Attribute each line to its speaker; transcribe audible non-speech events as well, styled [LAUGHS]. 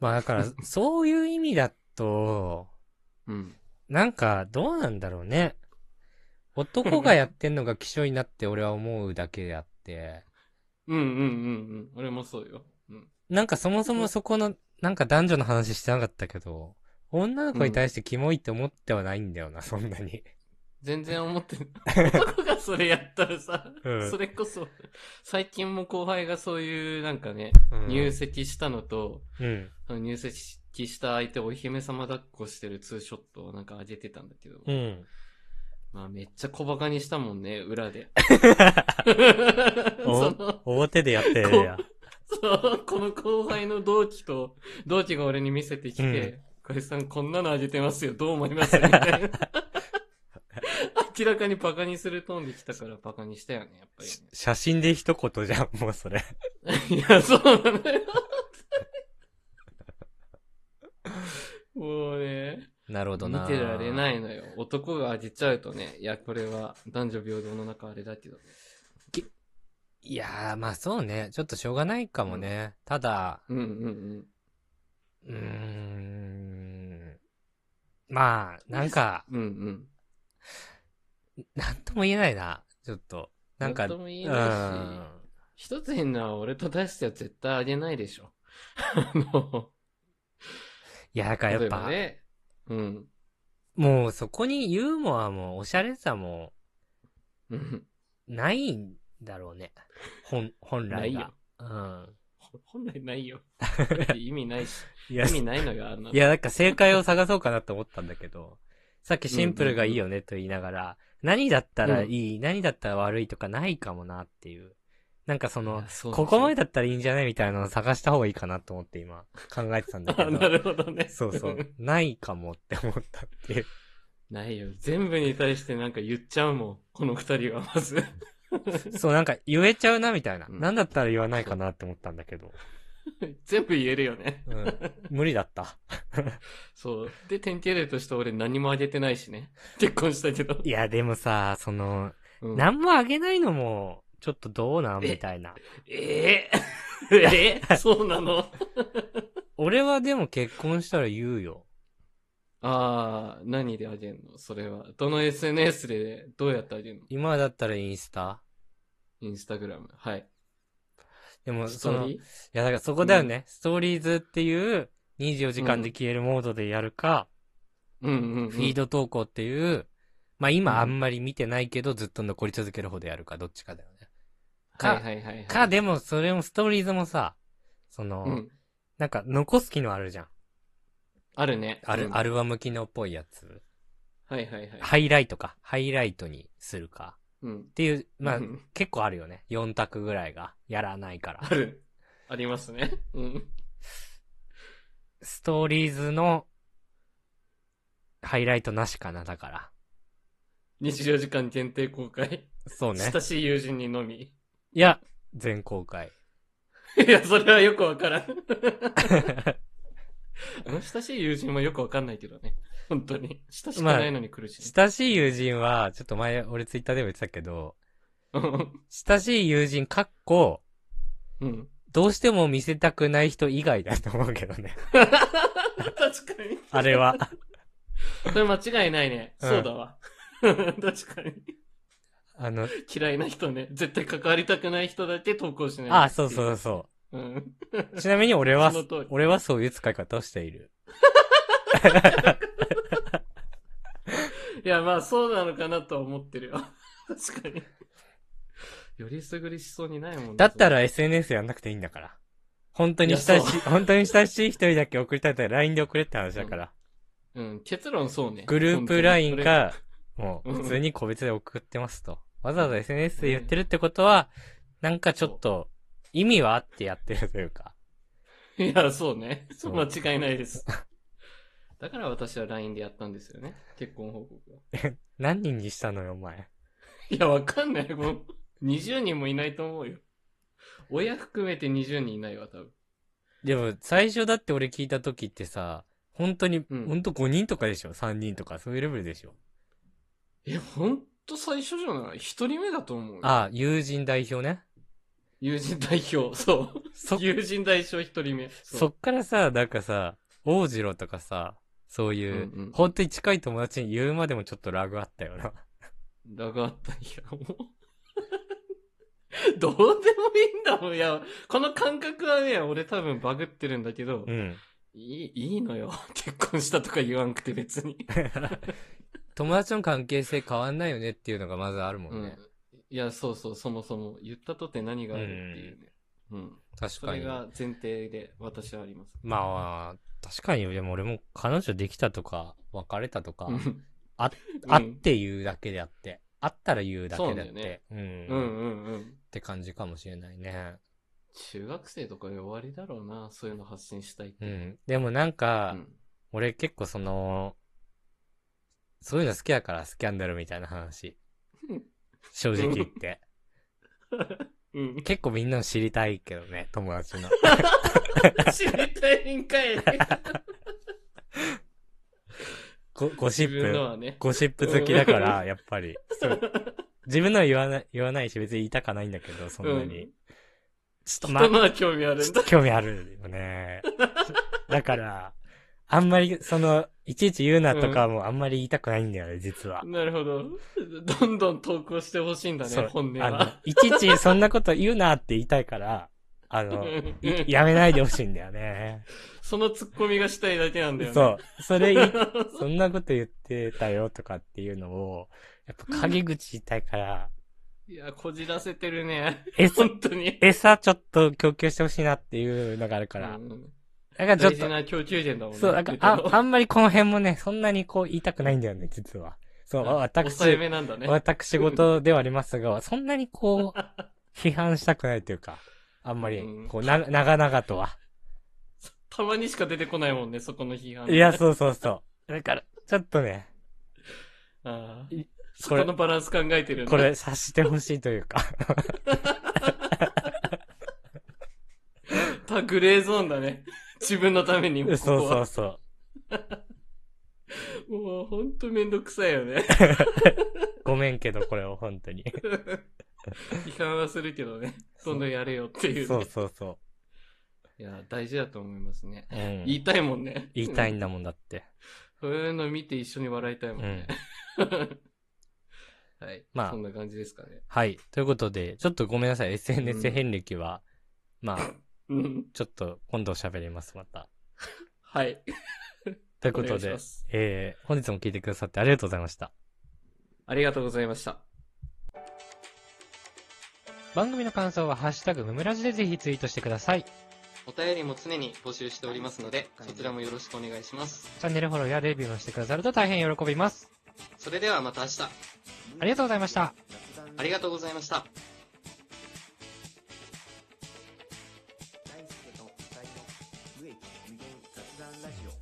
Speaker 1: まあだ [LAUGHS] から、そういう意味だと、
Speaker 2: うん。
Speaker 1: なんか、どうなんだろうね。男がやってんのが気象になって俺は思うだけであって、
Speaker 2: うんうんうんうん。俺もそうよ。うん。
Speaker 1: なんかそもそもそこの、なんか男女の話してなかったけど、女の子に対してキモいって思ってはないんだよな、そんなに。
Speaker 2: 全然思ってない。男がそれやったらさ、
Speaker 1: うん
Speaker 2: それこそ、最近も後輩がそういう、なんかね、入籍したのと、
Speaker 1: うん。
Speaker 2: その入籍した相手お姫様抱っこしてるツーショットをなんか上げてたんだけど、
Speaker 1: うん。
Speaker 2: まあめっちゃ小馬鹿にしたもんね、裏で。 [LAUGHS]
Speaker 1: お
Speaker 2: その、
Speaker 1: 表でやってるや。
Speaker 2: そう、この後輩の同期と、同期が俺に見せてきて、小林さんこんなのあげてますよ、どう思いますみたいな。 [LAUGHS] 明らかにバカにするトーンできたからバカにしたよね、やっぱ
Speaker 1: し写真で一言じゃん、もうそれ。
Speaker 2: りね。いや、そうなんだよ。もうね、
Speaker 1: なるほど
Speaker 2: 見
Speaker 1: な。
Speaker 2: てられないのよ。男があげちゃうとね、いや、これは男女平等の中あれだけどね。
Speaker 1: いやー、まあそうね。ちょっとしょうがないかもね。ただ、
Speaker 2: うんう
Speaker 1: う
Speaker 2: ん
Speaker 1: ーん。まあ、なんか、
Speaker 2: うん。うんうん。
Speaker 1: [LAUGHS] なんとも言えないな。ちょっと。なんか、
Speaker 2: なんとも言え
Speaker 1: う
Speaker 2: ないし
Speaker 1: ん。
Speaker 2: 一つ変なのは俺と出しては絶対あげないでしょ。あの、
Speaker 1: いや、だからや
Speaker 2: 例
Speaker 1: っ
Speaker 2: えば
Speaker 1: ぱ、
Speaker 2: ね。うん。
Speaker 1: もうそこにユーモアもおしゃれさも
Speaker 2: うん
Speaker 1: ないんだろうね。本、本
Speaker 2: な
Speaker 1: 来
Speaker 2: い
Speaker 1: が
Speaker 2: よ。。
Speaker 1: うん。
Speaker 2: ほ本来な
Speaker 1: [LAUGHS]
Speaker 2: いよ。だって意味ないし。
Speaker 1: い
Speaker 2: 意
Speaker 1: や、
Speaker 2: 味
Speaker 1: い
Speaker 2: ないのがあるな。
Speaker 1: や、なんか正解を探そうかなと思ったんだけど、さっきシンプルがいいよねと言いながら、何だったらいい、何だったら悪いとかないかもなっていう。なんかそ
Speaker 2: い
Speaker 1: の
Speaker 2: や、そう
Speaker 1: ここまで
Speaker 2: で
Speaker 1: だったらいいんじゃないみたいなのを探した方がいいかなと思って今考えてたんだ
Speaker 2: す
Speaker 1: け
Speaker 2: [LAUGHS] よ。あな
Speaker 1: ど。
Speaker 2: るほどね。
Speaker 1: そうそう。。ないかもって思ったって
Speaker 2: [LAUGHS]
Speaker 1: いう。
Speaker 2: ないよ。全部に対してなんか言っちゃうもん。この二人はまず。 [LAUGHS]
Speaker 1: そうなんか言えちゃうなみたいな。
Speaker 2: うん
Speaker 1: なんだったら言わないかなって思ったんだけど。
Speaker 2: 全部言えるよね。
Speaker 1: うん。
Speaker 2: [LAUGHS]
Speaker 1: 無理だった。
Speaker 2: そう。で、典型例として俺何もあげてないしね。結婚したけど。
Speaker 1: いやでもさ、その、
Speaker 2: うん
Speaker 1: 何もあげないのも、ちょっとどうなんみたいな。
Speaker 2: ええ [LAUGHS] ええそうなの
Speaker 1: 俺はでも結婚したら言うよ。
Speaker 2: ああ、何であげんのそれは。どの SNS でどうやってあげんの
Speaker 1: 今だったらインスタ
Speaker 2: インスタグラム。はい。
Speaker 1: でも、
Speaker 2: ス
Speaker 1: そ
Speaker 2: トー
Speaker 1: の、い
Speaker 2: リー
Speaker 1: やだからそこだよね。ストーリーズっていう、24時間で消えるモードでやるか、
Speaker 2: うんうん、うん。
Speaker 1: フィード投稿っていう、まあ今
Speaker 2: うん
Speaker 1: あんまり見てないけどずっと残り続ける方でやるか、どっちかだよね。か
Speaker 2: はいはいはい、はい。
Speaker 1: か、でもそれもストーリーズもさ、その、
Speaker 2: うん。
Speaker 1: なんか残す機能あるじゃん。
Speaker 2: あるね。
Speaker 1: ある、
Speaker 2: うん
Speaker 1: アルバム機能っぽいやつ。
Speaker 2: はいはいはい。
Speaker 1: ハイライトか、ハイライトにするか。
Speaker 2: うん
Speaker 1: っ。ていう、まあ
Speaker 2: うん
Speaker 1: 結構あるよね。4択ぐらいが、やらないから
Speaker 2: あ。る。ありますね。うん。
Speaker 1: ストーリーズの、ハイライトなしかな、だから。
Speaker 2: 24時間限定公開。
Speaker 1: そうね
Speaker 2: 親。しい友人にのみ。 [LAUGHS]
Speaker 1: いや、全公開。
Speaker 2: いや、それはよくわからん。あの親しい友人もよくわかんないけどね。本当に。親しくないのに苦しい。
Speaker 1: 親しい友人は、ちょっと前、俺ツイッターでも言ってたけど、
Speaker 2: うん
Speaker 1: 親しい友人、かっこ、 [LAUGHS]
Speaker 2: うん。
Speaker 1: どうしても見せたくない人以外だと思うけど
Speaker 2: [LAUGHS]
Speaker 1: ね。
Speaker 2: 確かに。
Speaker 1: あれは。
Speaker 2: それ間違いないね。
Speaker 1: うん
Speaker 2: そうだわ。 [LAUGHS] 確かに。
Speaker 1: あの、
Speaker 2: 嫌いな人ね。 [LAUGHS] 絶対関わりたくない人だけ投稿しない。。
Speaker 1: あ、そうそう。そう
Speaker 2: うん。
Speaker 1: う。ちなみに俺は
Speaker 2: その通り、
Speaker 1: 俺はそういう使い方をしている。
Speaker 2: いや、まあ、そうなのかなとは思ってるよ。 [LAUGHS] 確かに。よりすぐりしそうにないもんね
Speaker 1: だった
Speaker 2: そ
Speaker 1: ら SNS やんなくていいんだから。本当に
Speaker 2: い
Speaker 1: 親
Speaker 2: や
Speaker 1: し
Speaker 2: そ
Speaker 1: い、本当に親しい人にだけ送りたいったら LINE で送れって話だから。
Speaker 2: れうん。結論そうね。
Speaker 1: グループ LINE か、もう
Speaker 2: うん
Speaker 1: 普通に個別で送ってますと。わざわざ SNS で言ってるってことは、なんかちょっと、意味はあってやってるというか。
Speaker 2: 本当に。いや、そうね。
Speaker 1: そう
Speaker 2: [LAUGHS] 間違いないです。だから私は LINE でやったんですよね。結婚報告を。
Speaker 1: 何人にしたのよ、お前。
Speaker 2: いや、わかんない。もう、20人もいないと思うよ。親含めて20人いないわ、多分。
Speaker 1: でも、最初だって俺聞いた時ってさ、本当に、
Speaker 2: うん
Speaker 1: 本当5人とかでしょ ?3 人とか、そういうレベルでしょ
Speaker 2: え、ほんと最初じゃない一人目だと思うよ。
Speaker 1: ああ、友人代表ね。
Speaker 2: 友人代表、 [LAUGHS] そう。
Speaker 1: そ、
Speaker 2: 友人代表一人目。そう
Speaker 1: そっからさ、なんかさ、王次郎とかさ、そういう、
Speaker 2: うんうん
Speaker 1: 本当に近い友達に言うまでもちょっとラグあったよな。
Speaker 2: ラグあったんや、もう。 [LAUGHS] どうでもいいんだもん。いや、この感覚はね、俺多分バグってるんだけど、
Speaker 1: うん。
Speaker 2: いい、いいのよ。 [LAUGHS] 結婚したとか言わんくて別
Speaker 1: [LAUGHS]
Speaker 2: に。
Speaker 1: 友達の関係性変わんないよねっていうのがまずあるも
Speaker 2: うんん
Speaker 1: ね。。
Speaker 2: いや、そうそう、そもそも。言ったとて何があるっていうね。うん。
Speaker 1: 確
Speaker 2: そ
Speaker 1: か
Speaker 2: れ
Speaker 1: に。
Speaker 2: が前提で私はあります。
Speaker 1: まあ、確かに、でも俺も彼女できたとか、別れたとか、
Speaker 2: うん
Speaker 1: あ
Speaker 2: うん
Speaker 1: あって言うだけであって、あったら言うだけであっ
Speaker 2: そうだよね
Speaker 1: て、うん。
Speaker 2: うん
Speaker 1: っ
Speaker 2: うんうん。
Speaker 1: て感じかもしれないね。
Speaker 2: 中学生とかで終わりだろうな、そういうの発信したいって。
Speaker 1: うん。でもなんか、
Speaker 2: うん
Speaker 1: 俺結構その、そういうの好きだから、スキャンダルみたいな話
Speaker 2: うん。
Speaker 1: 正直言
Speaker 2: [LAUGHS]
Speaker 1: って。
Speaker 2: うん。
Speaker 1: 結構みんなの知りたいけどね、友達
Speaker 2: [LAUGHS]
Speaker 1: の。
Speaker 2: 知りたいんかい。
Speaker 1: ゴゴシ
Speaker 2: 自
Speaker 1: ッ
Speaker 2: 分の
Speaker 1: プ、
Speaker 2: はね。
Speaker 1: ゴシップ好きだから、やっぱり。そう自分のは言わない、言わないし、別に言いたかないんだけど、そんなに。
Speaker 2: うん
Speaker 1: ちょっとま
Speaker 2: 人のは興味ある
Speaker 1: ちょ
Speaker 2: ん
Speaker 1: っ
Speaker 2: だ
Speaker 1: と。興味あるよね。だから、あんまり、その、いちいち言うなとかもあんまり言いたくないんだよね、実は。
Speaker 2: なるほど。どんどん投稿してほしいんだ
Speaker 1: そ
Speaker 2: ね
Speaker 1: う、
Speaker 2: 本音
Speaker 1: あの
Speaker 2: は。、
Speaker 1: いちいちそんなこと言うなって言いたいから、あの、いやめないでほしいんだよね。
Speaker 2: [LAUGHS] そのツッコミがしたいだけなんだよね。
Speaker 1: そう。それい、そんなこと言ってたよとかっていうのを、やっぱ陰口言いたいから、
Speaker 2: いや、こじらせて
Speaker 1: [LAUGHS]
Speaker 2: るね。
Speaker 1: 餌、
Speaker 2: 本当に。
Speaker 1: 餌ちょっと供給してほしいなっていうのがあるから。
Speaker 2: う
Speaker 1: だ
Speaker 2: ん
Speaker 1: からちょっ
Speaker 2: 大事
Speaker 1: と、
Speaker 2: な供給源だもんね。
Speaker 1: そう、なんかあ、あんまりこの辺もね、そんなにこう言いたくないんだよね、実は。そう、
Speaker 2: 抑え
Speaker 1: 私、
Speaker 2: めなんだね。
Speaker 1: 私事ではありますが、そんなにこう、批判したくないというか、あんまり
Speaker 2: う、ん
Speaker 1: こう、な、長々とは。
Speaker 2: たまにしか出てこないもんね、そこの批判。
Speaker 1: いや、そうそうそう。だから、ちょっとね、
Speaker 2: あ
Speaker 1: い
Speaker 2: ーそこのバランス考えてるんだ
Speaker 1: こ。れ察してほしいというか。
Speaker 2: たグレーゾーンだね。自分のためにも。
Speaker 1: そう
Speaker 2: ここは
Speaker 1: そうそう。
Speaker 2: もうほんとめんどくさいよね。
Speaker 1: ごめんけど、これを本当に。
Speaker 2: [LAUGHS] 批判はするけどね。どんどんやれよっていう、ね。
Speaker 1: そうそうそ
Speaker 2: いや、大事だと思いますね。
Speaker 1: う。うん、
Speaker 2: 言いたいもんね。
Speaker 1: 言いたいん
Speaker 2: だ。
Speaker 1: だもんだって。
Speaker 2: そういうの見て一緒に笑いたいもん
Speaker 1: う
Speaker 2: ね
Speaker 1: ん。。
Speaker 2: はい。
Speaker 1: まあ
Speaker 2: そんな感じですかね。
Speaker 1: はい。ということで、ちょっとごめんなさい。SNS
Speaker 2: うん
Speaker 1: 遍歴は、まあ、
Speaker 2: うん。
Speaker 1: ちょっと今度喋ります、また。
Speaker 2: はい。
Speaker 1: というこ
Speaker 2: お願
Speaker 1: と
Speaker 2: いし
Speaker 1: で
Speaker 2: ま、す
Speaker 1: えー、本日も聞いてくださってありがとうございました。
Speaker 2: ありがとうございました。
Speaker 1: 番組の感想は、ハッシュタグ、ムムラジでぜひツイートしてください。チ
Speaker 2: お便りも常に募集しておりますので、そちらもよろしくお願いします。
Speaker 1: ャンネルフォローやレビューもしてくださると大変喜びます。
Speaker 2: それではまた明日、
Speaker 1: ありがとうございました。
Speaker 2: ありがとうございました。
Speaker 3: 大輔の二人の無益無限雑談ラジオ